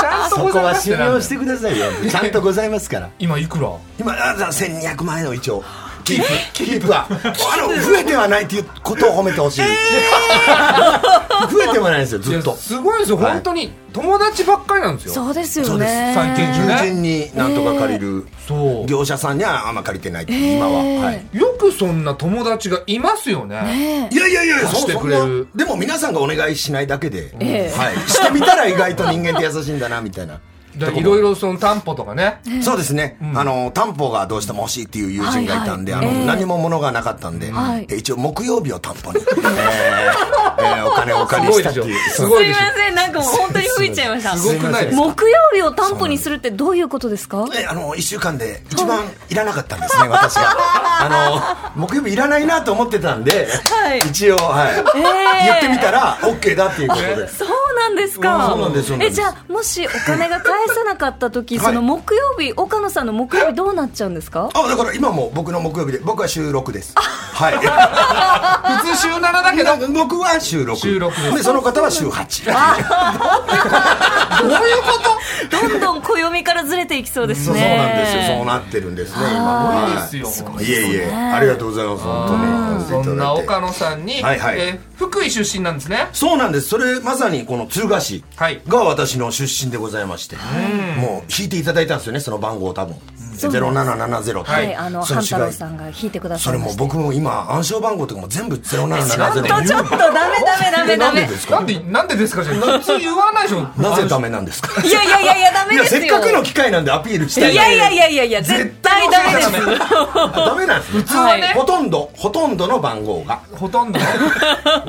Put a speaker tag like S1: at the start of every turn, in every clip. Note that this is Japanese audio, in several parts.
S1: ちゃんと
S2: そ
S1: ご
S2: こ
S1: ざい
S2: は
S1: ますっ
S2: 信
S1: てなんだ
S2: 用
S1: よ
S2: してくださ いよちゃんとございますから
S1: 今いくら。
S2: 今あじゃあ1200万円を一応キープキープはあの増えてはないっていうことを褒めてほしい、 増えてはないんですよずっ
S1: い
S2: と
S1: やすごいですよ
S2: はい
S1: 本当に友達ばっかりなんですよ。
S3: そうですよ
S2: そうです
S3: ね
S1: 最近中
S2: 友人になんとか借りる、
S1: そう。
S2: 業者さんにはあんま借りてないって今は、はい
S1: よくそんな友達がいますよね。
S2: いやいやいやそう
S1: してくれる
S2: そんなでも皆さんがお願いしないだけで、
S3: ええ
S2: はい、してみたら意外と人間って優しいん だなみたいな
S1: だからいろいろその担保とかね。
S2: そうですね、あの担保がどうしても欲しいっていう友人がいたんで、
S3: はいはい
S2: あの
S3: ええ
S2: 何も物がなかったんで、
S3: はい
S2: え一応木曜日を担保 に、えーえーお金をお借りしたっていう
S1: すご
S3: す
S1: い
S3: い
S1: でし
S3: ま
S1: ょ。
S3: せんなんかもう本当に吹いちゃいました
S1: すごくないですか。
S3: 木曜日を担保にするってどういうことですか
S2: えあの1週間で一番いらなかったんですね、 私があの木曜日いらないなと思ってたんで、
S3: はい
S2: 一応、はい
S3: ええ
S2: 言ってみたら OK だっていうことで、
S3: そうなんですか。
S2: そうなんですよ
S3: え、じゃあ、もしお金が返せなかった時、その木曜日、岡野さんの木曜日どうなっちゃうんですか。
S2: あだから今も僕の木曜日で僕は収録ですはい
S1: 普通週7だけど
S2: だけど 僕は収録
S1: 収録です
S2: でその方は週8
S1: どういうこ
S3: ど
S1: と
S3: んどん暦からずれていきそうです
S2: そうそうなんですよそう
S3: ね。
S2: なってるんですね今ね
S1: ですよ
S2: いえいえありがとうございます本当
S1: そ
S2: に
S1: んな岡野
S2: さん
S1: さんに、
S2: はいはい
S1: えー福井出身なんですね
S2: そうなんですそれまさにこの敦賀市
S1: はい
S2: が私の出身でございまして、もう引いていただいたんですよねその番号を多分、0770って、
S3: はい、あの、
S2: そ
S3: 半太郎
S2: 違い
S3: さんが弾いてくだ
S2: そ
S3: さい
S2: れ
S3: ま
S2: も
S3: した。
S2: 僕も今暗証番号とかも全部
S3: ちょっ
S2: 0770
S3: と、ちょっと、ダメ、ダメ、ダメ、ダ
S2: なんで
S3: メ
S2: で。す
S1: な
S2: か
S1: んでなんでですかじゃあ普通言わないでしょ
S2: なぜダメなんですか
S3: いやいやいやいや、ダ
S2: い
S3: メ
S2: や
S3: ですよ。
S2: せっかくの機会なんでアピールし
S3: い
S2: た
S3: や
S2: い
S3: いやいやいやいや、絶対ダメです。
S2: あダメなんですね 普
S1: 通はね
S2: ほとんどほとんどの番号が
S1: ほとん ど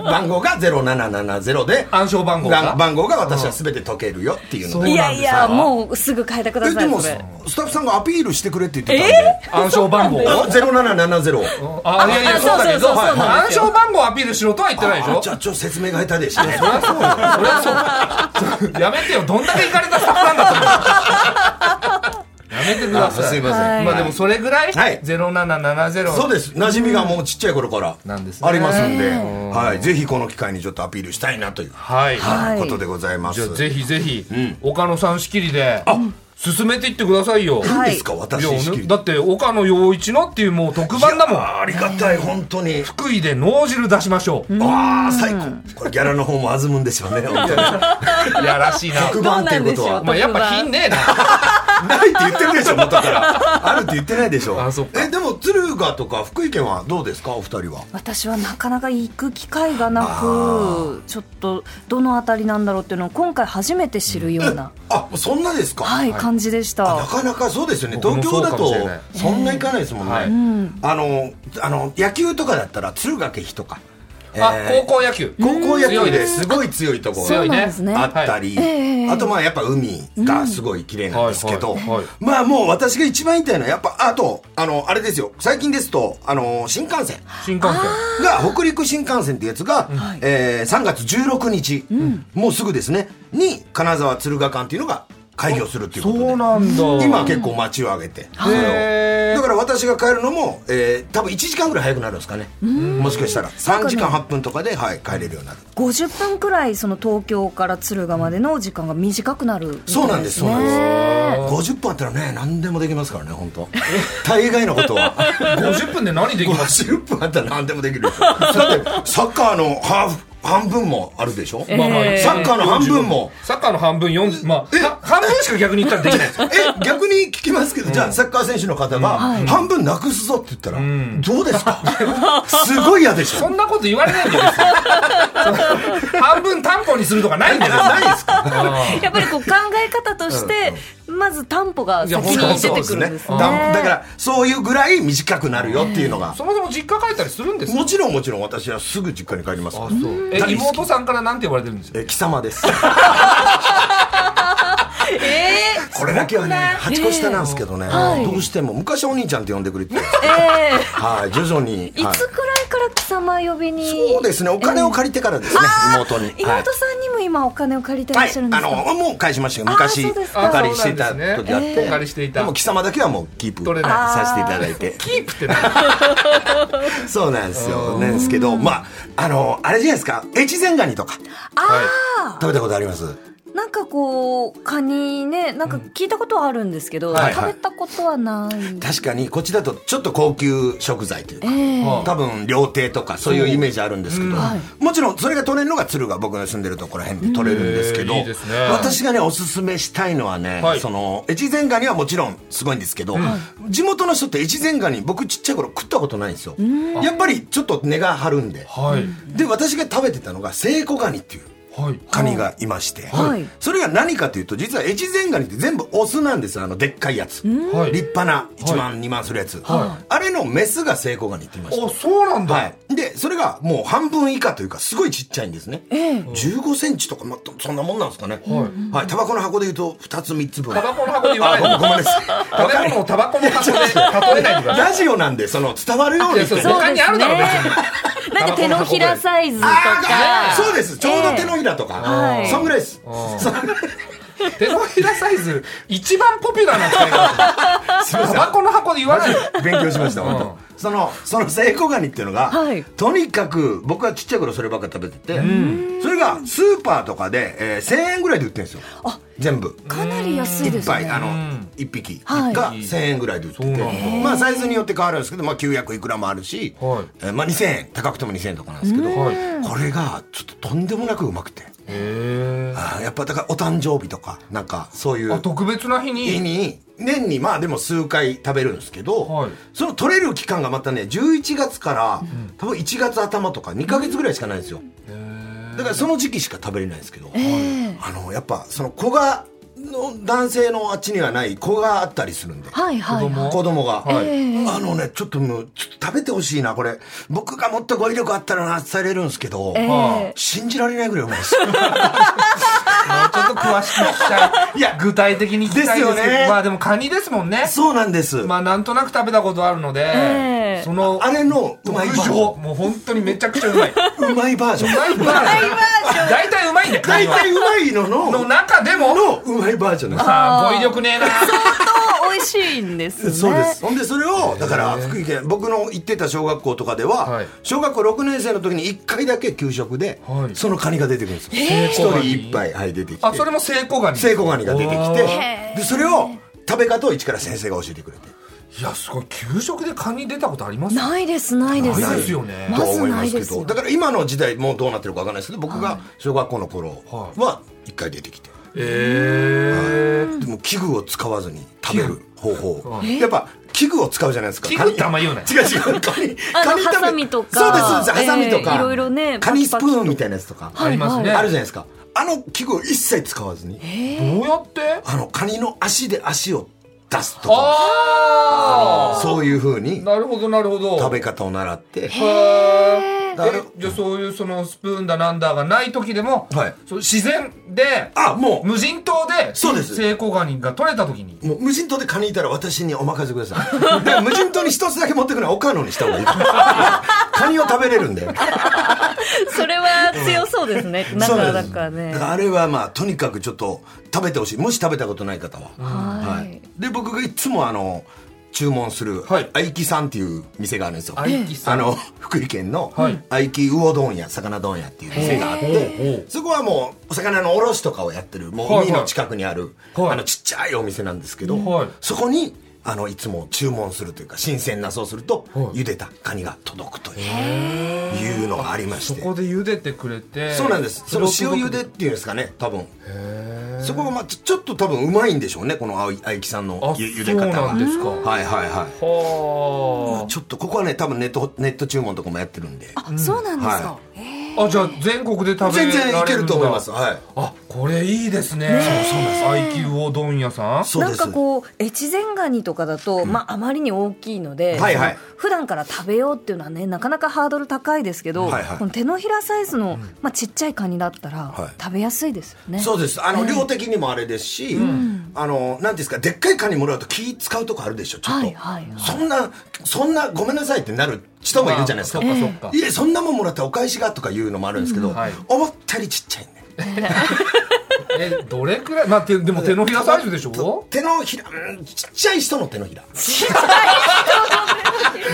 S2: 番号が0770で
S1: 暗証番号が
S2: 番号が私は全て解けるよっていうので
S3: いやいや、
S1: そうなんですよ
S3: もうすぐ変えてくだ
S2: え
S3: さ
S2: で
S3: い。
S2: も
S3: こ
S2: ス
S3: れ
S2: タッフさんがアピールしてくれって言ってたんで
S1: 暗証番号
S2: あ0770を
S1: あいやいや
S3: あ
S1: そうだけど
S3: そうそうそうそうなん
S1: 暗
S3: ですよ
S1: 証番号をアピールしろとは言ってないでし
S2: あ
S1: ょ
S2: じゃあちょっと説明が下手でしたね
S1: そりゃそうやめてよどんだけ行かれたスタッフなんだ と思うやめてくだ
S2: あ
S1: さ
S2: す
S1: い
S2: いません
S1: まあでもそれぐらい
S2: はい
S1: 0770
S2: そうです馴染みがもうちっちゃい頃から
S1: なんですね
S2: ありますんで、はい、ぜひこの機会にちょっとアピールしたいなという、
S1: はい
S3: はい
S2: ことでございます
S1: じゃあぜひぜひ岡野さん仕切りで進めていってくださいよ
S3: はい
S2: いいですか
S1: い
S2: 私
S1: や
S2: 仕切り
S1: だって岡野陽一のっていうもう特番だも
S2: いや
S1: ん
S2: ーありがたい本当に
S1: 福井で脳汁出しましょう
S2: わあ最高これギャラの方も弾むんでしょうね本当に
S1: い やらしいな
S2: 特番っていうことは
S3: どうなんでしょう
S1: まあやっぱ品ねえな
S2: ないって言ってるでしょ元からあるって言ってないでしょ
S1: あそっか
S2: えでも敦賀とか福井県はどうですかお二人は
S3: 私はなかなか行く機会がなくちょっとどのあたりなんだろうっていうのを今回初めて知るような、
S2: あそんなですか、
S3: はい、感じでし
S2: な
S3: た
S2: かなかそうですよね
S1: 僕も
S2: 東京だ
S1: そう
S2: と
S1: かもしれない
S2: そんな行かないですもんね、
S1: はい
S2: あのあの野球とかだったら敦賀気比とか
S1: あ高校野球
S2: 高校野
S1: 強
S2: 球
S1: いで
S2: ですすごい強いところ
S1: 強い
S3: そうなん
S1: ね
S3: ですね
S2: あったり、あとまあやっぱ海がすごい綺麗なんですけど、
S1: うんはいはいはい
S2: まあもう私が一番言いたいのはやっぱあとあのあれですよ最近ですとあの新幹線
S1: 新幹線
S2: が北陸新幹線ってやつが、えー3月16日、もうすぐですねに金沢敦賀間っていうのが開業するっていうことで
S1: そうなんだ
S2: 今結構街を挙げてそれを
S1: へー
S2: だから私が帰るのも、えー多分1時間ぐらい早くなるんですかねもしかしたら3時間8分とかで、はい、帰れるようになる
S3: 50分くらいその東京から敦賀までの時間が短くなるみたいです、ね、
S2: そうなんですそうなんです50分あったらね何でもできますからね本当大概のこと は
S1: 50分で何できます
S2: 50分あったら何でもできるよだってサッカーのハーフ半分もあるでしょ、
S1: まあまあ
S2: サッカーの半分も
S1: サッカーの半分4まあは半分しか逆に言ったらできない ですよ
S2: え逆に聞きますけど、じゃあサッカー選手の方が半分なくすぞって言ったら、どうですかすごい嫌でし
S1: そ
S2: ょ
S1: んなこと言われないんだよ別にその半分担保にするとかないんだよ
S2: ないですか
S3: やっぱりこう考え方としてまず担保が先に
S1: いや本当
S3: 出
S2: そ
S3: て
S2: うで
S3: く
S2: す
S3: る
S2: ね
S3: んです
S2: だ
S3: ね
S2: だからそういうぐらい短くなるよっていうのが、
S1: そもそも実家帰ったりするんですか
S2: もちろんもちろん私はすぐ実家に帰りますから
S1: え
S2: 大好き
S1: 妹さんからなんて呼ばれてるんですよ
S2: え貴様です
S3: えー
S2: これだけはね8個下なんですけどね、
S3: はい
S2: どうしても昔はお兄ちゃんって呼んでくれて
S3: えー
S2: はい徐々に、
S3: い
S2: はい
S3: つくらいから貴様呼びに
S2: そうですねお金を借りてからですね、妹にはい
S3: 妹さんにも今お金を借りてら
S2: は
S3: っ
S2: い
S3: しゃるんで
S2: あ
S3: すか、
S2: のもう返しましたけど昔
S3: あーそ
S2: お
S3: うですか
S2: 借りしていた
S1: そうなんです
S2: 時
S1: ね
S2: あって
S1: お借りしていた
S2: でも貴様だけはもうキープ
S1: 取れない
S2: させていただいて
S1: キープってな
S2: そうなんですよなんですけどまああのあれじゃないですか越前ガニとか食べたことあります
S3: なんかこうカニねなんか聞いたことはあるんですけど、
S2: はい
S3: 食
S2: は
S3: べ
S2: い
S3: たことはない、
S2: 確かにこっちだとちょっと高級食材というか、多分料亭とかそういうイメージあるんですけど、もちろんそれが取れるのが鶴が僕の住んでるところら辺で取れるんですけど、
S1: うんへーいいですね
S2: 私がねおすすめしたいのはね、
S1: はい
S2: その越前ガニはもちろんすごいんですけど、地元の人って越前ガニ僕ちっちゃい頃食ったことないんですよやっぱりちょっと根が張るんで、
S1: はい
S2: で私が食べてたのが聖子ガニっていう
S1: はい
S2: カニがいまして、
S3: はい
S2: それが何かというと実は越前ガニって全部オスなんですよあのでっかいやつ、
S1: はい
S2: 立派な1万、2万するやつ、あれのメスがセイコガニって言いました
S1: あそうなんだ
S2: はい、でそれがもう半分以下というかすごいちっちゃいんですね、1 5ンチとか、まあ、そんなもんなんですかねはい、タバコの箱で言うと2つ3つ分
S1: タバコの箱で言わ
S2: あ
S1: ない
S2: ごめ
S1: で
S2: んなさい
S1: 食べ物をタバコの箱で例えないでください
S2: ラジオなんでその伝わるよう
S1: い
S2: に
S1: や
S2: って
S1: そう
S2: ね
S1: 他にあるだろ別に
S3: なんか手のひらサイズとか
S2: そうですちょうど手のひひらとか、
S3: はい
S2: そんぐらいです。そんぐらい
S1: 手のひらサイズ一番ポピュラーな使い方タバコの箱で言わないで
S2: 勉強しました、本当そのそのセイコガニっていうのが、
S3: はい
S2: とにかく僕はちっちゃい頃そればっか食べてて、それがスーパーとかで、えー1000円ぐらいで売ってるんですよ全部
S3: かなり安いで
S2: 一
S3: すね
S2: 杯あの1匹
S3: はい
S2: が1000円ぐらいで売ってて、
S1: そうなんだ
S2: まあサイズによって変わるんですけど、まあ、900いくらもあるし、
S1: はい
S2: えーまあ、2000円高くても2000円とかなんですけど、
S1: はい
S2: これがちょっととんでもなくうまくて
S1: へ
S2: あーやっぱだからお誕生日とかなんかそうい
S1: ーあ
S2: う
S1: 特別な日に
S2: 家に年にまあでも数回食べるんですけど、
S1: はい
S2: その取れる期間がまたね11月から多分1月頭とか2ヶ月ぐらいしかないんですよ、だからその時期しか食べれないんですけど、あのやっぱその子がの男性のあっちにはない子があったりするんで、
S3: はいはいはい
S2: 子供が、
S1: はい
S2: あのねちょっともうちょっと食べてほしいなこれ僕がもっと語彙力あったらな伝えれるんですけど、
S1: は
S2: 信じられないぐらいうまいです
S1: あちょっと詳しく聞きたいいや具体的に聞きたいですけど
S2: ですよね
S1: まあでもカニですもんね
S2: そうなんです、
S1: まあなんとなく食べたことあるので、
S3: ええ
S1: その
S2: あれのうまいバージョン
S1: もう本当にめちゃくちゃうまいう
S2: うまいバージョン
S1: まいバージョン大体うまいんだよカ
S2: 大
S1: ニは
S2: 体うまいのの
S1: の中でも
S2: のうまいバージョンなんで
S1: ああ語彙力ね えな
S3: 相当美味しいんですね
S2: すそうですほんでそれをだから福井県僕の行ってた小学校とかでは、
S1: はい
S2: 小学校6年生の時に1回だけ給食で、
S1: はい
S2: そのカニが出てくるんですよ
S1: えー
S2: 一人一杯、はい、出てきて
S1: あそれも成功ガニ
S2: セイコガニが出てき
S1: おー
S2: てでそれを食べ方を一から先生が教えてくれて
S1: いやすごい給食でカニ出たことあります
S3: ないですないです
S1: ないですよね
S3: ま
S2: と
S3: ず
S2: 思い
S3: な
S2: ま
S3: い
S2: す
S3: で
S2: け
S3: すよ
S2: どだから今の時代もうどうなってるかわかんないですけど僕が小学校の頃
S1: はい
S2: は1回出てきて。
S1: ええ
S2: でも器具を使わずに食べる方法
S1: う
S2: やっぱ器具を使うじゃないですか
S1: 器具ってあんま言うなよ
S2: 違う違う カニ
S3: あの
S2: カニ食べ
S3: ハサミとか
S2: そうですそうですハサミと
S3: えー
S2: か、
S3: いろいろね
S2: カニスプーンみたいなやつとか、
S1: ありますね
S2: あるじゃないですかあの器具を一切使わずに
S1: どうやって
S2: あのカニの足で足を出すとか
S1: ああ
S2: そういうふうに
S1: なるほどなるほど
S2: 食べ方を習って
S1: へー
S2: だから
S1: えじゃあそういうそのスプーンだなんだがない時でも、
S2: はい
S1: そう自然で
S2: あもう
S1: 無人島で
S2: そうです
S1: 成功ガニが取れた時に
S2: もう無人島でカニいたら私にお任せください。だから無人島に一つだけ持ってくのは岡野にした 方がいいと思います。カニを食べれるんで。
S3: それは強そうですね
S2: そう
S3: 中
S2: な
S3: だ
S2: んです
S3: からね
S2: だからあれはまあとにかくちょっと食べてほしいもし食べたことない方は、
S3: は
S2: はいい、で僕がいつもあの注文する
S1: はい
S2: 愛木さんっていう店があるんですよ
S1: あいきさ
S2: あ
S1: ん
S2: の福井県の
S1: はい
S2: 愛木魚丼屋魚丼屋っていう店があっ
S1: へ
S2: て
S1: ー
S2: そこはもうお魚の卸とかをやってるも
S1: はいうはい
S2: 海の近くにある
S1: はい
S2: あのちっちゃいお店なんですけど
S1: はい
S2: そこにあのいつも注文するというか新鮮なそうすると茹でたカニが届くといういうのがありまし
S1: そ
S2: て
S1: こで茹でてくれて
S2: そうなんです。その
S1: れを
S2: 塩茹でっ
S1: 届く
S2: ていうんですかね、多分。そこがまあちょちょっと多分うまいんでしょうね、このあい愛きさんの
S1: あ
S2: ゆ茹で方
S1: そうな
S2: が。
S1: んですか
S2: はいはいはい。
S1: は
S2: ちょっとここはね、多分ネットネット注文とかもやってるんで。
S3: あそうなんですか
S2: は
S1: ああじゃあ全国で食べられるんだ
S2: 全然いけると思います。はい。
S1: あこれいいですねそうそうです愛久魚丼屋さん
S2: そう
S3: な
S2: で
S3: ん
S2: す
S3: か。こう越前ガニとかだと、まあ、あまりに大きいので、
S2: はいはい
S3: その普段から食べようっていうのはねなかなかハードル高いですけど、
S2: はいはい
S3: この手のひらサイズの、まあ、ちっちゃいカニだったら、
S2: はい
S3: 食べやすいですよね。
S2: そう
S3: で
S2: です。あの、量的にもあれですし、あの、なんていうんですか、でっかいカニもらうと気使うとこあるでしょ、ちょっ
S3: は
S2: と
S3: い。はいはい
S2: そんな、そんな、ごめんなさいってなる人もいるじゃないですか。
S1: まあそっかそっか
S2: いや、そんなもんもらったらお返しがとかいうのもあるんですけど、
S1: はい
S2: 思ったよりちっちゃいね。
S1: えどれくらいまあてでも手のひらサイズでしょ
S2: 手のひら、うんちっちゃい人の手のひら。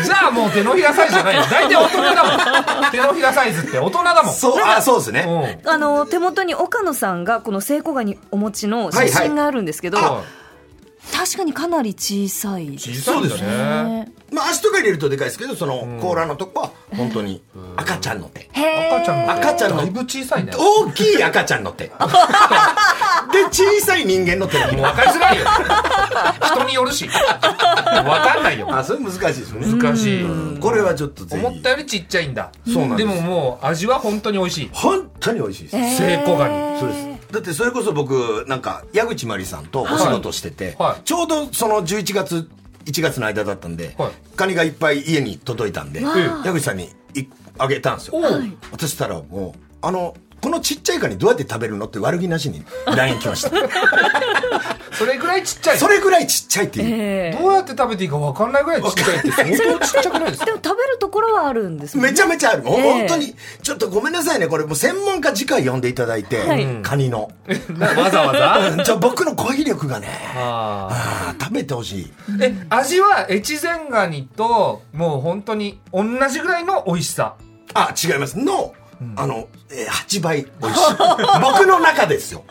S1: じゃあもう手のひらサイズじゃないよ大体大人だ もん手のひらサイズって大人だもん
S2: そう、あ、そうですね。
S1: うん
S3: あの手元に岡野さんがこの聖子ガニお持ちの写
S2: はいは
S3: 真
S2: い
S3: があるんですけど、
S1: あ
S3: 確かにかなり小さい
S1: 小さいんだ
S2: そうです
S1: ね
S2: まあ、足とか入れるとでかいですけど、その甲羅のとこは、本当に赤ちゃんの手。
S1: 赤ちゃんの
S2: 赤ちゃんの
S1: だいぶ小さいね
S2: 大きい赤ちゃんの手。で、小さい人間の手のひ
S1: もう
S2: ら。
S1: 分かりづらいよ人によ るし分かんないよ
S2: あ、それ難しいですね。
S1: 難しい
S2: これはちょっとぜ
S1: 思っ
S2: ひ
S1: た。よりちっちゃいんだ
S2: そうなんです
S1: ももう味は本当に美味しい
S2: 本当に美味しいです。
S1: 聖子ガニ
S2: そうですだってそれこそ僕なんか矢口真理さんとお仕事してて、
S1: はいはい
S2: ちょうどその11月1月の間だったんで、
S1: はい
S2: カニがいっぱい家に届いたんで
S1: わあ
S2: 矢口さんにいあげたんですよ
S1: おうはい
S2: 私したらもうあのこのちっちゃいカニどうやって食べるのって悪気なしに LINE 来 ました
S1: それぐらいちっちゃい
S2: それぐらいちっちゃいっていう、
S1: どうやって食べていいか分かんないぐらいちっちゃいって相当ちっちゃくないです
S3: で
S1: か
S3: も食べるところはあるんですもん
S2: め
S3: ね
S2: ちゃめちゃある、ほ
S3: ええ
S2: 本当にちょっとごめんなさいねこれもう専門家次回呼んでいただいて、
S3: はい
S2: カ ニの
S1: わざわざ
S2: じゃあ僕の語彙力がね
S1: あ
S2: あー食べてほしい
S1: ーえ味は越前ガニともう本当に同じぐらいの美味しさ
S2: あ違いますの、あの、えー8倍美味しい 僕の中ですよ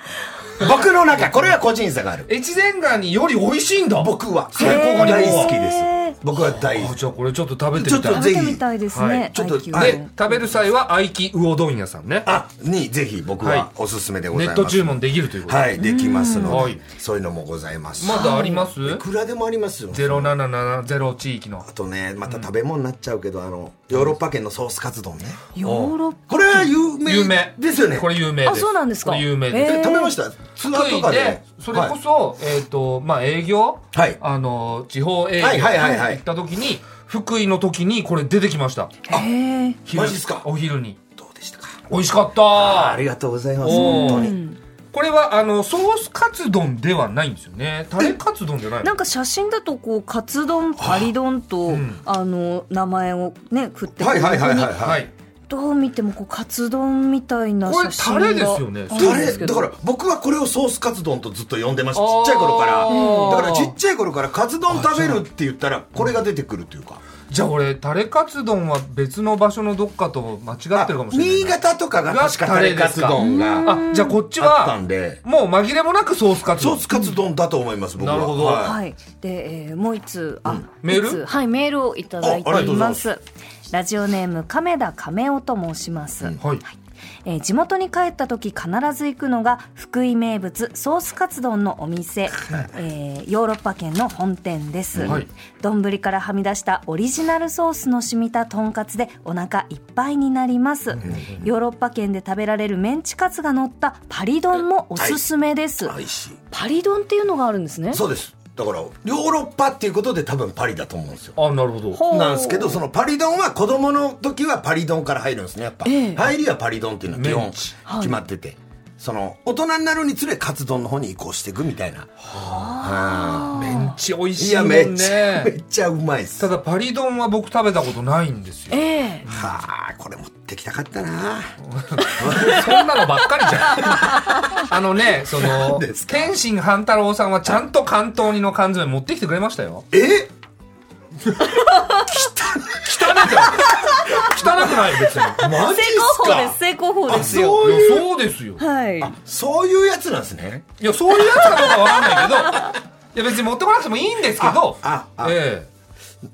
S2: 僕の中これは個人差がある
S1: 越前ガニより美味しいんだ僕
S2: 僕は
S1: 最高が
S2: 大
S1: ね
S2: 好き
S3: へ
S2: です僕は大好
S1: あ
S2: き
S1: じゃあこれちょっと食べてみた
S2: ちょ
S3: 食べ
S1: い
S2: っと
S3: てみたいですね、
S1: はい
S2: ちょっと
S3: IQ
S2: は
S1: で
S2: い
S1: 食べる際は愛き魚丼屋さんね
S2: あにぜひ僕
S1: はい
S2: はおすすめでご
S1: ネ
S2: ざい
S1: ッ
S2: ます、
S1: ト注文できるということで
S2: はいできますので、
S1: うんはい
S2: そういうのもございます
S1: まだあります
S2: いくらでもありますよ
S1: ?0770 地域の
S2: あとねまた食べ物になっちゃうけどあのヨーロッパ圏のソースカツ丼ね
S3: ヨーロッパ
S2: これは有名
S1: 有名
S2: ですよね
S1: これ有名です
S3: あそうなんですか
S1: これ有名です
S3: へー
S2: え食べましたツアー
S1: 福
S2: と
S1: 井
S2: か
S1: で
S2: で
S1: それこ
S2: はい
S1: そえっとまあ営業
S2: はい
S1: あの地方営業
S2: はいはいはいはい
S1: 行った時に福井の時にこれ出てきました
S3: へえ
S1: 昼
S2: マジっすか
S1: お昼に
S2: どうでしたか
S1: 美味しかっ
S2: あ
S1: た
S2: りがとうございます
S1: おー
S2: 本当に
S1: これはあのソースカツ丼ではないんですよねタレカツ丼じゃない
S3: な
S1: の
S3: んか写真だとこうカツ丼パリ丼と、あの名前をね振って
S2: はいはいはいはい
S3: こ
S2: は
S1: はいい
S3: こにどう見てもこうカツ丼みたいな
S1: これ
S3: 写真が
S1: タレですよね
S3: ある
S2: タ
S3: んで
S2: レ
S3: すけ
S2: だ
S3: ど
S2: から僕はこれをソースカツ丼とずっと呼んでましたちっちゃい頃から
S1: あー
S2: だからちっちゃい頃からカツ丼食べるって言ったらこれが出てくるというか
S1: じゃあ俺タレカツ丼は別の場所のどっかと間違ってるかもしれない
S2: 新潟とかが確かタレカツ丼が
S1: あじゃあこっち
S2: あった
S1: は
S2: んで
S1: もう紛れもなくソースカツ
S2: ソ
S1: 丼
S2: ースカツ丼だと思います僕は
S1: なるほど
S2: はい
S3: はい、で、えーもう一通、あ、
S1: メール
S3: 一通はい、メールをいただいて
S2: ああ
S3: い
S2: りがと
S3: う
S2: ござい
S3: ま。
S2: ます
S3: ラジオネーム亀田亀雄と申します、
S1: はい
S3: えー地元に帰った時必ず行くのが福井名物ソースカツ丼のお店、えーヨーロッパ圏の本店です
S1: はい
S3: 丼、からはみ出したオリジナルソースの染みたとんかつでお腹いっぱいになります、ヨーロッパ圏で食べられるメンチカツが乗ったパリ丼もおすすめです、
S2: 美味しい
S3: パリ丼っていうのがあるんですね
S2: そうですだからヨーロッパっていうことで多分パリだと思うんですよ
S1: あなるほど
S3: ほう
S2: なんですけどそのパリ丼は子供の時はパリ丼から入るんですねやっぱ、
S3: ええ
S2: 入りはパリ丼っていうのは基
S1: メ
S2: 本
S1: ンチ
S2: 決まってて、その大人になるにつれカツ丼の方に移行していくみたいな
S1: めっちゃ美味
S2: い
S1: しい
S2: や
S1: もん
S2: めっちゃ、め
S1: ね
S2: っちゃうまいっす
S1: ただパリ丼は僕食べたことないんですよ
S3: ええ
S2: はあこれ持ってきたかったな
S1: そんなのばっかりじゃ んあのねその
S2: ですか
S1: 天心半太郎さんはちゃんと関東煮の缶詰持ってきてくれましたよ
S2: え
S1: 汚くないよ別に
S2: マジっす
S3: 成功法で
S2: か
S3: す成功法ですよ
S2: そ
S1: い
S2: う
S1: やそうです
S2: いう
S1: よ
S3: はい
S2: そういうやつなんですね
S1: いやそういうやつかどうかわかんないけどいや別に持ってこなくてもいいんですけど
S2: あああ
S1: ええ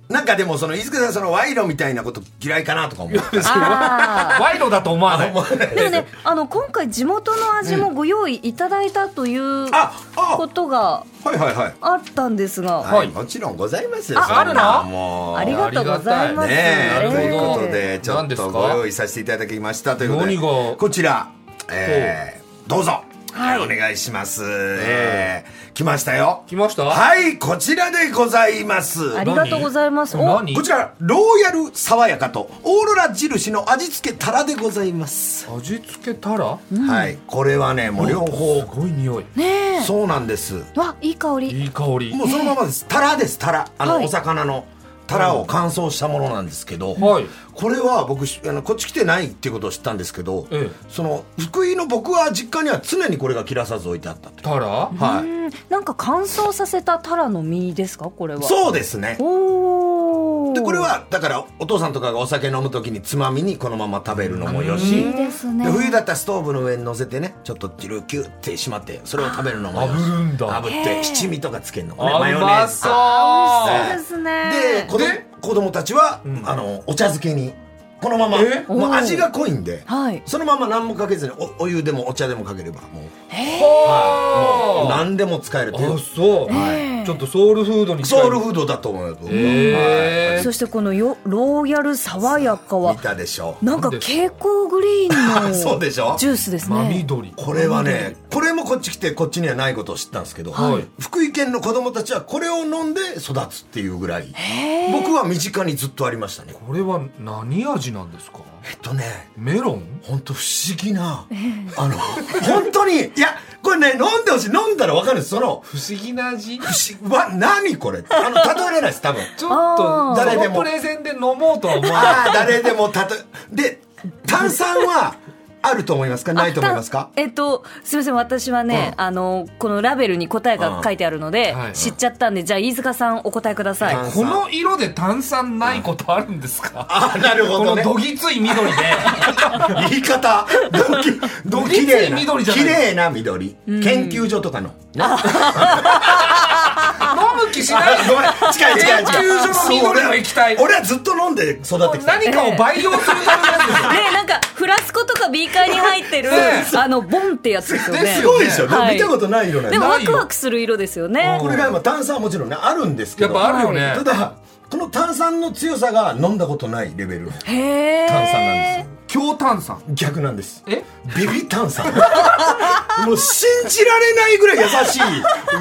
S2: なんかでもその飯塚さんその賄賂みたいなこと嫌いかなとか思う
S1: 別に賄賂だと思わない
S3: でもねあの今回地元の味もご用意いただいたという
S2: ああ
S3: ことが
S2: はいはいはい
S3: あったんですが
S2: はい、もちろんございますよ
S1: あ
S2: そんな
S1: あるの
S2: もう
S3: ありがとうございます
S2: ねえ、
S1: なるほど
S2: ということ
S3: え
S2: でちょ
S1: 何
S2: っ
S1: ですか
S2: とご用意させていただきましたということで
S1: 何が
S2: こちら、えー、どうぞ、はい、お願いします、えー、来ましたよ
S1: 来ました
S2: はいこちらでございます
S3: ありがとうございますお
S1: 何
S2: こちらローヤル爽やかとオーロラ印の味付けたらでございます、
S1: 味付けたら
S2: はいこれはねもう両方
S1: すごい匂い
S3: ねえ
S2: そうなんです
S3: わいい香り
S1: いい香り
S2: もうそのままですタラですタラあの、
S3: はい
S2: お魚のタラを乾燥したものなんですけど、
S1: はい
S2: これは僕あのこっち来てないっていうことを知ったんですけど、
S1: ええ
S2: その福井の僕は実家には常にこれが切らさず置いてあったという
S1: たら
S2: はい、
S3: うんなんか乾燥させたタラの実ですかこれは
S2: そうですね
S3: おお
S2: でこれはだからお父さんとかがお酒飲む時につまみにこのまま食べるのもよし
S3: いいです
S2: で
S3: ね
S2: 冬だったらストーブの上に乗せてねちょっとジルキュッてしまってそれを食べるのもよし
S1: 炙るんだ
S2: 炙って七味とかつけるのもね
S1: あ
S2: マ
S1: う
S2: ヨネ
S1: ま
S2: ー
S1: そ
S3: そ
S1: う
S2: ズ
S3: うですね
S2: で子供
S1: で
S2: 子供たちは、あのお茶漬けにこのまま
S1: え
S2: もう味が濃いんで、
S3: はい
S2: そのまま何もかけずにおお湯でもお茶でもかければもう
S1: は
S2: 何でも使えるという
S1: あそう、
S3: ええ
S1: ちょっとソウルフードに近い
S2: ソウルフードだと思うよ僕は、
S1: へー
S3: そしてこのよローヤル爽やか
S2: はい、
S3: は
S2: 見たでしょ
S3: なんか蛍光グリーンの
S2: そうでしょ
S3: ジュースです
S1: 真
S3: ね
S1: 緑
S2: これはねこれもこっち来てこっちにはないことを知ったんですけど、
S1: はい
S2: 福井県の子供たちはこれを飲んで育つっていうぐらい僕は身近にずっとありましたね
S1: これは何味なんですか
S2: えっとね
S1: メロン
S2: 本当不思議な、あの本当にいやこれね飲んでほしい飲んだらわかるんですその
S1: 不思議な味
S2: 不思議わ何これあの例えられないです多分
S1: ちょっと
S2: ー
S1: 誰でもプレゼンで飲もうとは思わない
S2: ああ誰でもたとで炭酸はあると思いますかないと思いますか
S3: えっとすみません私はね、あのこのラベルに答えが書いてあるので、
S1: うんはい
S3: 知っちゃったんでじゃあ飯塚さんお答えください、
S2: 炭酸
S1: この色で炭酸ないことあるんですか
S2: あなるほ
S1: こ
S2: ど
S1: の
S2: ね
S1: どぎつい緑で
S2: 言い方ドキドキ
S1: きつい
S2: 綺麗な
S1: 緑じゃない
S2: 綺麗な緑研究所とかの
S1: 飲む気しない
S2: ごめん近い近い
S1: 研
S2: 近い
S1: 究所の緑の液体
S2: そう俺は俺はずっと飲んで育ってきた
S1: 何かを培養するためなんですよ
S3: ねなんかフラスコとかビーカーに入ってる、あのボンってやつですよね
S2: すごいでしょ、でも
S3: はい
S2: 見たことない色なん
S3: で
S2: で
S3: も
S1: な
S3: ワ
S1: い
S3: ク
S1: よ
S3: ワクする色ですよね
S2: これが今炭酸はもちろんねあるんですけ
S1: やっ
S2: ど
S1: ぱあるよね
S2: ただこの炭酸の強さが飲んだことないレベルの
S3: へえ
S2: 炭酸なんですよ
S1: 強炭酸
S2: 逆なんです
S1: え
S2: ビビ炭酸 もう信じられないぐらい優しい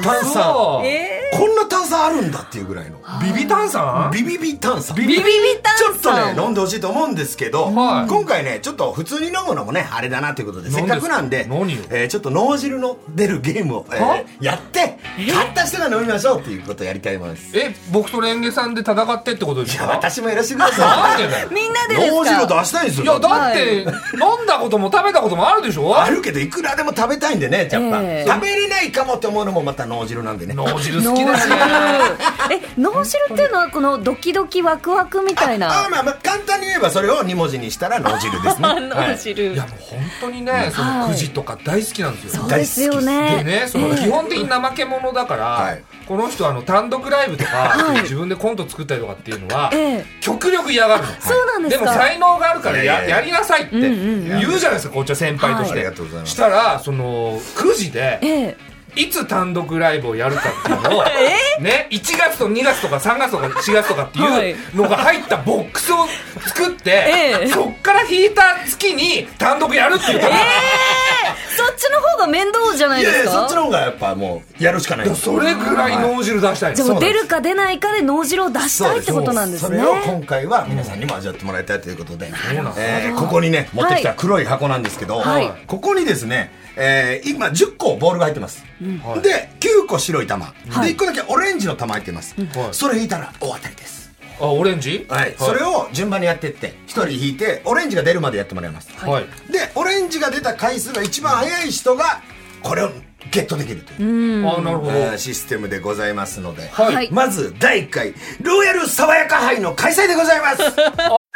S2: 炭酸
S1: そう
S2: こんな炭酸あるんだっていうぐらいの
S1: ビビ炭酸
S2: ビビビ炭酸
S1: ビビビ
S2: ちょっとね飲んでほしいと思うんですけど、
S1: はい
S2: 今回ねちょっと普通に飲むのもねあれだなということでせっかくなんで
S1: 何ですか
S2: えーちょっと脳汁の出るゲームを、えー
S1: は
S2: やって勝った人が飲みましょうっていうことをやりたいものです。
S1: え僕とレンゲさんで戦ってってことで
S2: い
S1: す
S2: や
S1: か
S2: 私もやらせてくだ
S1: なん
S2: さい
S1: でだよ
S3: みんなでですか
S2: 脳汁出したいんですよ
S1: いやだって飲んだことも食べたこともあるでしょ
S2: あるけどいくらでも食べたいんでねやっぱ、
S3: ええ
S2: 食べれないかもって思うのもまた脳汁なんでね
S1: 脳汁好き ですね
S3: え脳汁っていうのはこのドキドキワクワクみたい
S2: あ
S3: な
S2: あまあまあ簡単に言えばそれを2文字にしたら脳汁ですね
S3: 脳汁、
S1: いやもう本当にねそのくじとか大好きなんですよ
S3: そうですよね
S1: でねその基本的に怠け者だから、
S2: はい
S1: この人あの単独ライブとか、自分でコント作ったりとかっていうのは、
S3: ええ
S1: 極力嫌がるの、
S3: そうなんですか
S1: も才能があるからや,、
S2: いやいや
S1: やりなさいって言うじゃないですかこっちは先輩として、
S2: はいありがとうございます
S1: したらその9時
S3: え
S1: で
S3: え
S1: いつ単独ライブをやるかっていう のを、ね、1月と2月とか3月とか4月とかって
S3: はい
S1: いうのが入ったボックスを作って、
S3: ええ
S1: そっから引いた月に単独やるっていうから、
S3: そっちの方が面倒じゃない
S2: い
S3: で
S2: やい
S3: す
S2: や
S3: か
S2: そっちの方がやっぱもうやるしかないんです
S1: それぐらい脳汁出したい
S3: じゃあ
S1: そ
S3: も
S1: う
S3: う出るか出ないかで脳汁を出したいってことなんですね
S2: それを今回は皆さんにも味わってもらいたいということで、
S1: うなんだ
S2: えーここにね持ってきた黒い箱なんですけど、
S3: はい
S2: ここにですね、えー今10個ボールが入ってま
S1: は
S2: す、
S1: い
S2: で9個白い玉、
S3: はい
S2: で1個だけオレンジの玉入ってます、
S1: はい
S2: それ引いたら大当たりです、
S1: あオレンジ
S2: はいそれを順番にやってって1人引いてオレンジが出るまでやってもらいます、
S1: はい
S2: でオレンジが出た回数が一番早い人がこれをゲットできるという、
S1: あなるほど、
S2: えーシステムでございますので、
S1: はい、
S3: はい
S2: まず第1回ロイヤル爽やか杯の開催でございます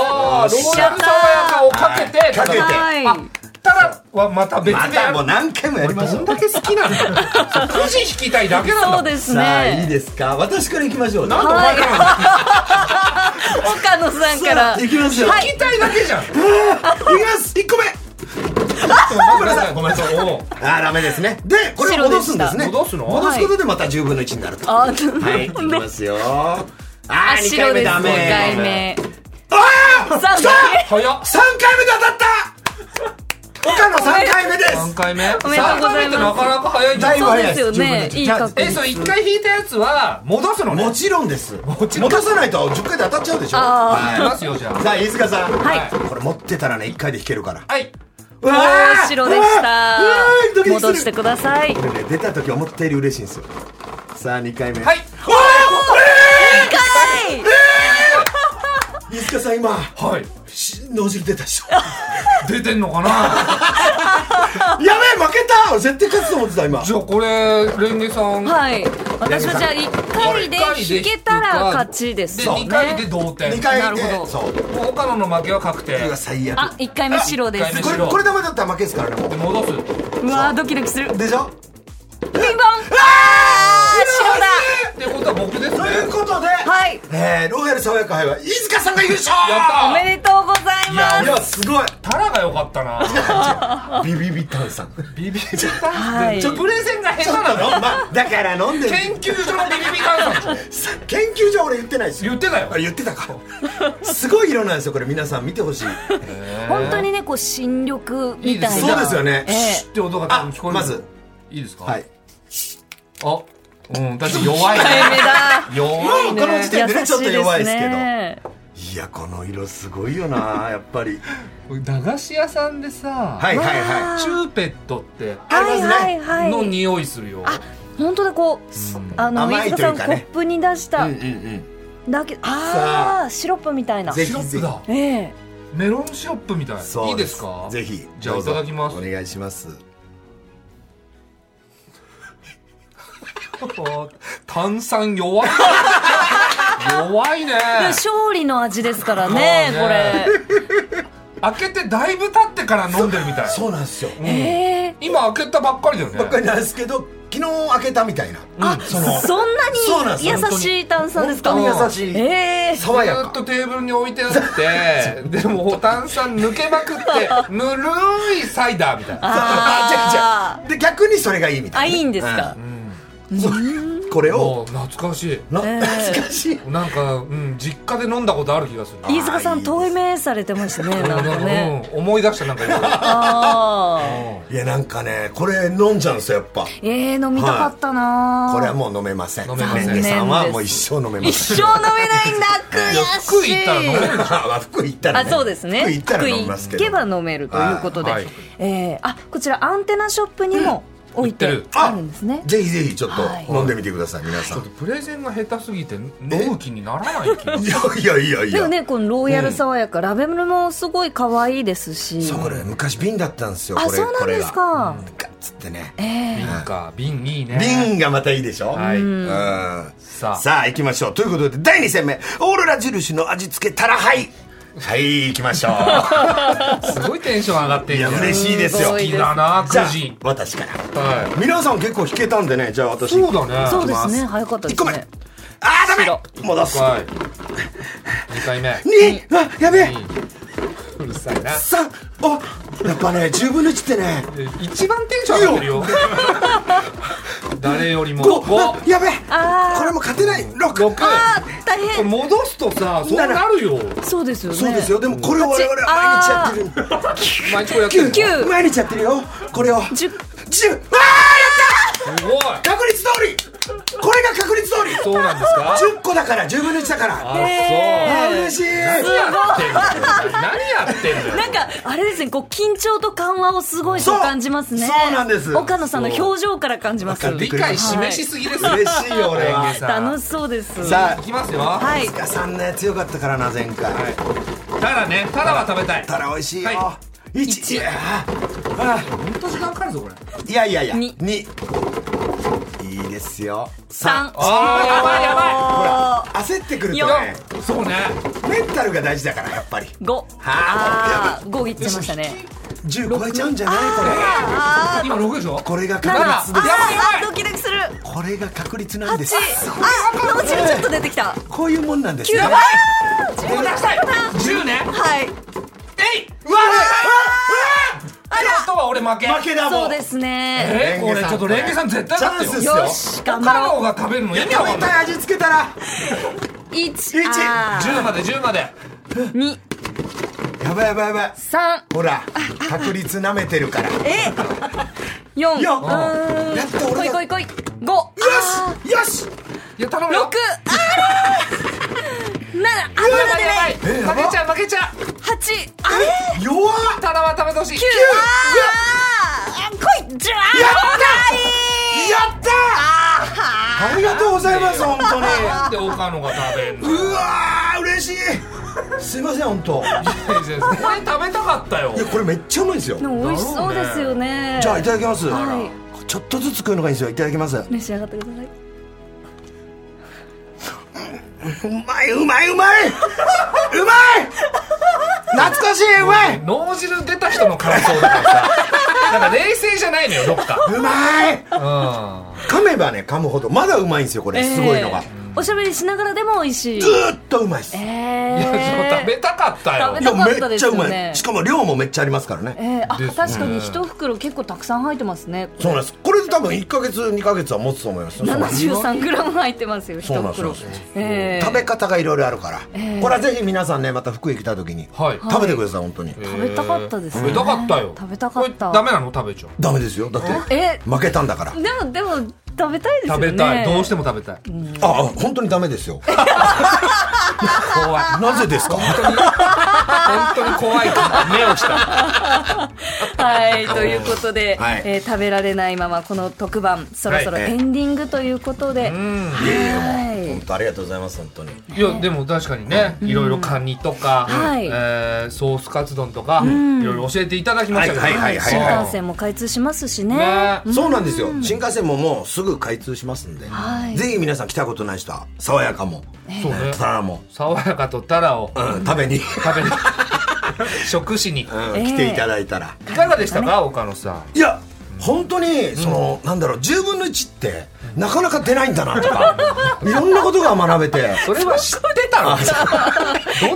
S1: ああローヤル爽やかをかけて
S2: はいかけて
S3: はい
S1: あただはまた別
S2: ま
S1: でや
S2: た
S1: る
S2: もう何回もやりまし
S1: ど
S2: ょ
S1: ん
S2: う
S1: だけ好きなん だくじ引きたいだけなんだ
S3: そうです
S2: さあいい
S3: ね
S2: ですか私から行きましょう
S1: なんでお前からなんだ
S3: 岡野さんか
S2: さ
S3: ら
S2: あ行きますよ、
S3: はい
S1: 引きたいだけ じゃんご
S2: 行きます1個目
S1: めんなさいごめんなさいおう
S2: あーダメですねでこれを戻すんですね
S1: 戻すの
S2: 戻すことでまた10分の1になると
S3: あ
S2: はい行きますよあ
S3: あ
S2: ー2
S3: 白
S2: 回
S3: で
S2: 目
S3: す
S2: ダ
S3: 5
S2: メ
S3: 回目
S2: あー
S3: 3回
S1: 早っ
S2: 3回目で当たった岡野3回目で
S1: 3
S2: す
S1: 回目
S3: おめでとう
S1: 3
S3: ござ
S1: 回目
S3: います
S1: ってなかなか早いんじゃな
S2: だ
S1: いい
S2: ぶ
S3: そう
S2: 早い
S3: で
S2: ですす
S3: よね
S2: 十分の一
S3: いい確
S1: え
S3: 率
S1: それ1回引いたやつは戻すのね
S2: もちろんです
S1: もちろ
S2: 戻
S1: ん
S2: さないと10回で当たっちゃうでしょ
S3: あー
S1: いきますよじゃあ
S2: さあ飯塚さん
S3: はい
S2: これ持ってたらね1回で弾けるから
S1: はい
S3: 大城でし
S2: うわ
S3: た
S2: ーうわードキドキする
S3: 戻してください
S2: これね出た時思ったより嬉しいんですよさあ2回目
S1: はい
S2: おー
S3: はい
S2: これ飯塚さん今
S1: はい
S2: し脳汁出たで しょ
S1: 出てんのか な
S2: やべえ負けた絶対勝つと思ってた今
S1: じゃあこれレンゲさん
S3: はい私はじゃあ1回で引けたら勝ちです
S1: で
S3: よね
S1: 2回で同点
S2: 2回
S3: なる
S2: で
S3: ほど
S2: そう
S1: もう岡野の負けは確定
S2: うわ最
S3: あ
S2: 悪
S3: 一1回目白で
S1: 一
S3: す
S1: 回
S2: これ
S1: 白
S2: これでまだったら負けですからねも
S1: 戻す
S3: うわードキドキする
S2: うでしょ
S3: ピンポンあー
S1: ってことは僕ですね
S2: ということで、
S3: 白だはい
S2: えー、ロイヤル爽やか杯は飯塚さんが優勝
S1: やった
S3: おめでとうございま
S2: い
S3: す
S2: やすごい
S1: タラが良かったな
S2: ビビビタンさん
S1: ビビビ
S3: は
S1: タン
S3: い
S1: ってプレゼンが下手なの
S2: だから飲んでる
S1: 研究所のビビビタンさんでしょ
S2: さ研究所俺言ってないですよ
S1: 言ってたよ
S2: あ言ってたか すごい色なんですよこれ皆さん見てほしい
S3: 本当にねこう新緑みたい
S2: そう
S3: な
S2: ですよね
S3: ええ
S1: って音が多
S2: あ
S1: 分聞こえる
S2: まず
S1: いいですか
S2: はい
S1: あうん確かに弱いね
S3: 目だ
S1: 弱い
S2: この時点でね
S3: 優し
S2: ちょっと弱いですけど
S3: ね
S2: いやこの色すごいよなやっぱり
S1: 駄菓子屋さんでさ
S2: はいはいは
S1: チューペットって
S2: ありますね
S3: はいはいは
S1: の
S3: い
S1: 匂いするよ
S3: 本当だこう、すあの
S2: 甘い
S3: 飯塚さん、
S2: というか
S3: コ
S2: ね
S3: ップに出した、
S2: いうんうん
S3: だけ
S2: さ
S3: ああシロップみたいな
S2: ぜ
S1: シロッ
S2: ひ
S1: プだ
S3: ええ
S1: メロンシロップみたい
S2: そう
S1: いいですか
S2: ぜひ
S1: じゃあ
S2: どうぞ
S1: いただきます
S2: お願いします
S1: 炭酸弱 い弱いね
S3: で勝利の味ですからね
S1: そうね
S3: こ
S1: 開けてだいぶ経ってから飲んでるみたい
S2: そうなんですよ
S3: れええ
S1: 今開けたばっかりだよね
S2: ばっかりなんですけど昨日開けたみたいな
S3: あそ
S2: そ
S3: ん
S2: の
S3: な
S2: そうなんで
S3: に
S2: すよ
S3: 優しい炭酸ですか
S2: 本当に優しい
S3: ええ
S2: 爽や
S1: ずっ
S2: か
S1: とテーブルに置いてあ ってでも炭酸抜けまくってぬるいサイダーみたいな
S3: あ
S2: あ違う違うで逆にそれがいいみた
S3: あ
S2: い
S3: い
S2: ない
S3: んですか、
S2: これを
S1: もう懐かしい
S2: な懐かしい
S1: なんか、うん、実家で飲んだことある気がする
S3: 飯塚さ
S2: あい
S3: ん
S2: い
S3: 透明されてましたねなんかね、
S1: うん、思い出したなんか色々
S3: ああ
S2: いやなんかねこれ飲んじゃうんですよやっぱ
S3: ええ飲みたかったな、
S2: これはもう飲めません
S1: 飲めません
S2: メンゲさんはもう一生飲めま
S3: 一
S2: せ
S3: 生
S2: ん
S3: 飲めないんだ悔
S1: 福
S3: しい
S1: 井行ったら飲める
S2: ま あ福井行ったら
S3: あ
S2: ね
S3: そうですね
S2: 福井行ったら飲みます
S3: 行
S2: け
S3: け
S2: ど
S3: ば飲めるということで、
S1: はいはい
S3: えーあこちらアンテナショップにも置いて
S1: 売ってる
S3: あるんですね
S2: ぜひぜひちょっ
S3: はい
S2: と飲んでみてください皆さん
S1: プレゼンが下手すぎて飲む気にならない気が
S2: いやいやいやい
S3: でも
S2: や
S3: ねこのロイヤル爽やか、ラベルもすごい可愛いですし
S2: そうこれ昔瓶だったんですよ
S3: あ
S2: これ
S3: そうなんです
S2: こ
S3: か、
S2: れがガッつってね
S1: 瓶か瓶いいね
S2: 瓶がまたいいでしょ
S1: はい
S2: うん
S1: さあ
S2: さあ行きましょうということで第2戦目オーロラ印の味付けたらはいはい行きましょ う
S1: すごいテンション上がってる
S2: い
S1: じゃ
S2: や
S1: ん
S2: 嬉しいですよ
S1: 好きだな
S2: じゃ
S1: 9
S2: あ
S1: 時
S2: 私から
S1: は
S2: 皆さん結構弾けたんでねじゃあ
S1: い
S2: 私
S1: そうだね
S3: そうですね早かったです
S2: 一個目
S3: ね
S2: あーダ
S3: 白
S2: メ戻す
S1: はい2回目
S2: にあやべえ
S1: うるさいな
S2: さあやっぱね10分の1ってね
S1: 一番テンション上がってる よ誰よりも
S2: 5
S1: 五
S2: あやべえこれも勝てない
S1: 六
S2: 6
S3: あ大変
S1: 戻すとさそうなるよ
S3: そうですよね
S2: そうですよでもこれを我々は毎日やってる
S1: 毎日これやってる
S2: 九
S1: のす
S3: 九
S2: 毎日やってるよこれを
S3: 10
S2: 10あーやっ
S1: ごい
S2: た確率通りこれが確率通り
S1: そうなんですか
S2: 10個だから10分の1だから
S1: あそう
S2: あー嬉しい
S1: 何やってんだよ
S3: なんかあれですねこう緊張と緩和をすごいこう
S2: そう
S3: 感じますね
S2: そうなんです
S3: 岡野さんの表情から感じます
S2: そうわか
S1: 理解示しすぎです
S2: 嬉しいよ俺は
S3: 楽しそうです
S2: さ
S1: いきますよ
S3: は
S2: あ
S3: い
S2: スカさんね強かったからな前回
S1: ただねただは食べたい
S2: たら美味しいよ
S1: は
S2: 1いや
S1: 本当時間かかるぞこれ
S2: いやいやいや
S3: に
S2: 2いいですよ
S3: 三
S2: 3
S1: あーやばいやば
S2: ほら焦ってくるとね
S1: いそうね
S2: メンタルが大事だからやっぱり
S3: 五
S2: は
S3: あー五いっちゃいましたね
S2: 10超えちゃうんじゃない
S1: 今6でしょ
S2: これこれが
S1: あ
S2: 確
S1: ー
S2: 率です
S3: あ
S1: やばい
S3: ードキドキする
S2: これが確率なんです
S3: あ脳汁ちょっと出てきた
S2: こういうもんなんですよ
S3: や
S2: ね
S3: ばい
S1: もう出したい10ね
S3: はい
S1: えいうわあやっとは俺負け
S2: 負けだも
S3: そ
S2: ん
S3: うですね
S1: えこれちょっとレンゲさん絶対勝っ
S2: チャン
S1: て
S2: ス
S1: よ
S2: よ
S3: よし頑張ろ
S1: カロが食べるの意味わか
S2: 食
S1: ん
S2: べ
S1: ない
S2: たい味付けたら
S3: う一
S2: 一
S3: あー
S1: 10まで10まで
S3: 二
S2: やばいやばいやばい
S3: 三
S2: ほら確率舐めてるからよ
S3: え四う
S2: よ
S3: ーん
S2: やっと
S3: こい
S2: 俺
S3: こ
S2: が
S3: いこい五
S2: しよし
S1: いや頼む
S3: 六
S1: よ
S3: あれ七あま
S1: や
S3: だ
S1: ばい
S3: 出
S1: や
S3: ない
S1: ばい負
S2: えやば
S1: けちゃう負けちゃう
S3: 八あれ
S2: 弱った
S1: だは食べてほしい
S3: 九あーあ来い十あ
S2: やっ
S3: ー
S2: やったありがとうございます本当に
S1: なんで岡野が食べんの
S2: うわー嬉しいすいません本当いや
S1: これ食べたかったよ
S2: これめっちゃうまいんですよ
S3: でも美味しそうですよね
S2: じゃあいただきます、
S3: はい
S2: ちょっとずつ食うのがいいんですよいただきます
S3: 召し上がってください
S2: うまいうまいうまいうまい懐かしいうまい
S1: 脳汁出た人の感想だからさなんか冷静じゃないのよどっか
S2: うまい
S1: うん
S2: 噛めばね噛むほどまだうまいんですよこれすごいのが、
S3: おしゃべりしながらでも美味しい。
S2: ずーっとうまいです、
S3: え
S1: いやそ
S3: え
S1: う食べたかったよ
S3: 食べ
S2: い
S3: た
S2: や
S3: かった
S2: めっ
S3: で
S2: ち
S3: す
S2: ゃう
S3: よ
S2: まい、
S3: ね
S2: し。かも量もめっちゃありますからね、
S3: えー、あ、
S1: ですね
S3: 確かに一袋結構たくさん入ってますね。
S2: そうなんですこれで多分1か月2か月は持つと思います
S3: 73
S2: そうなんです
S3: グラム入ってますよ、一
S2: そうなん
S3: 袋。
S2: ですそうなんです
S3: えー
S2: 食べ方がいろいろあるから、これはぜひ皆さんねまた福井来た時に
S1: はい
S2: 食べてください本当に、
S3: 食べたかったです
S1: 食
S3: ね。
S1: べたかったよ
S3: 食べたかった
S1: これダメなの食べちゃう
S2: ダメですよだって
S3: え、
S2: 負けたんだから
S3: でも、でも、食べたいですよ
S1: 食
S3: ね。
S1: べたいどうしても食べたい
S2: ああ本当にダメですよ
S1: 怖い
S2: なぜですか
S1: 本当に怖いから目をした
S3: はい、ということで、
S2: はい
S3: えー食べられないままこの特番そろそろ
S2: はい
S3: エンディングということで、
S2: 本
S3: は
S2: 当ありがとうございます本当に
S1: いやでも確かにねいろいろカニとか
S3: はい
S1: えーソースカツ丼とかいろいろ教えていただきましたけど
S2: はい
S3: い、
S2: はいはい
S3: 新
S2: はい
S3: 幹線も開通しますしね。
S1: ね
S2: そうなんですよ新幹線ももうすぐ開通しますんで、
S3: はい
S2: ぜひ皆さん来たことない人は爽やかも、
S1: そうね
S2: タラも、
S1: 爽やかとタラを
S2: うん、食べに、
S1: 食 べる食しにい
S2: うん
S3: ええ
S2: 来ていただいたら
S1: かがでしたか岡野さん
S2: いや本当にその、なんだろう10分の1ってなかなか出ないんだな とかいろんなことが学べて
S1: それは知ってたの ど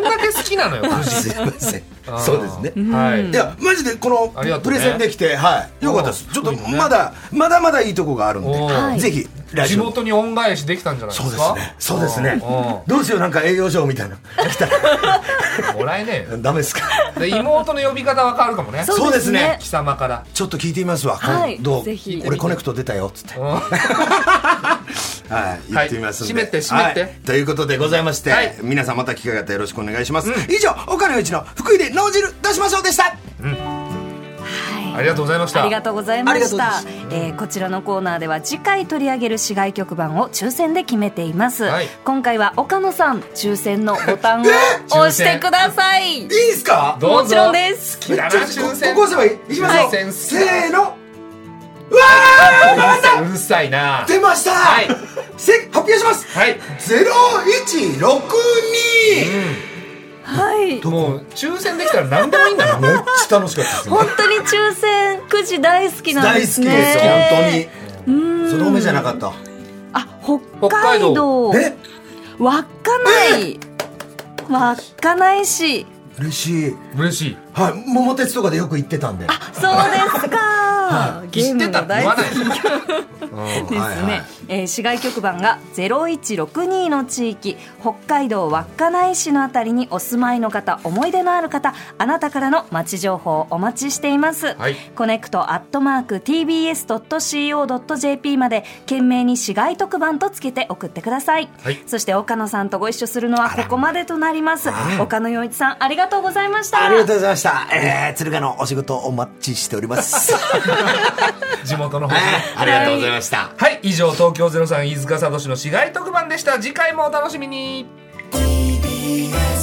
S1: んだけ好きなのよ藤井
S2: すいませんそうですね、
S1: はい
S2: いやマジでこの
S1: ありがと
S2: プ
S1: うね
S2: レゼンできて、はいよかったです
S1: うん
S2: ちょっと
S1: いいね
S2: まだ、まだまだいいとこがあるんで、
S1: おーはい
S2: ぜひラ
S1: 地
S2: ジオ
S1: 元に恩返しできたんじゃないで
S2: そう
S1: す
S2: で
S1: か
S2: すねそうですね
S1: う
S2: どうしようなんか栄養賞みたいな来た
S1: んもらえねえよ
S2: らダメですか
S1: で妹の呼び方は変わるかもね
S3: そうですね
S1: 貴様から
S2: ちょっと聞いてみますわ、
S3: はい
S2: どう
S3: ぜひ
S2: 俺コネクト出たよっつって、
S1: ん
S2: はい言ってみますん
S1: はい閉
S2: で、
S1: めて閉めて
S2: はいということでございまして、
S1: はい
S2: 皆さんまた機会があったらよろしくお願いします、以上岡野陽一の福井で脳汁出しましょうでした
S1: ありがとうございました
S3: ありがとうございま
S2: ありがと
S3: し
S2: うござい
S3: た
S2: ま。
S3: えーこちらのコーナーでは次回取り上げる市外局番を抽選で決めています。
S1: はい
S3: 今回は岡野さん抽選のボ タンを押してください。
S2: いいですか
S1: どうぞ
S3: もちろんです
S1: 好きだな
S2: ちょっと
S1: 抽選
S2: ここ押せばいいいきますよ、
S1: 抽選好
S2: せ
S1: きだ
S2: ーのわ
S1: う
S2: ー
S1: るさいうるさいな
S2: 出ました、
S1: はい
S2: せ発表します、
S1: はい
S2: 0162、
S3: はい。
S1: もう抽選できたら何でもいいんだな
S2: めっちゃ楽しかったですね
S3: 本当に抽選くじ大好きなん
S2: 大
S3: で
S2: 好
S3: す
S2: き
S3: ね。
S2: ですよ本当
S3: う
S2: にその目じゃなかった
S3: あ、北海道。
S2: え
S3: 稚内。稚内市。
S2: 嬉しい
S1: 嬉しい
S2: はい桃鉄とかでよく行ってたんで
S3: そうですか。ゲ
S1: 知
S3: ー
S1: って
S3: ム
S1: たっ
S3: の
S1: て
S3: 大
S1: 言わ
S3: 好
S1: な
S3: きですね、
S1: い
S2: はいはい
S3: えー市外局番が0162の地域北海道稚内市のあたりにお住まいの方思い出のある方あなたからの街情報をお待ちしています、
S1: はい
S3: コネクトアットマーク TBS.CO.JP まで懸命に市外特番とつけて送ってください、
S1: はい
S3: そして岡野さんとご一緒するのはここまでとなります岡野陽一さんありがとうございました
S2: ありがとうございました。えー、鶴ヶのお仕事お待ちしております。
S1: 地元の方ね
S2: ありがとうございました。
S1: はい以上東京03飯塚聡の市街特番でした次回もお楽しみに
S4: TBS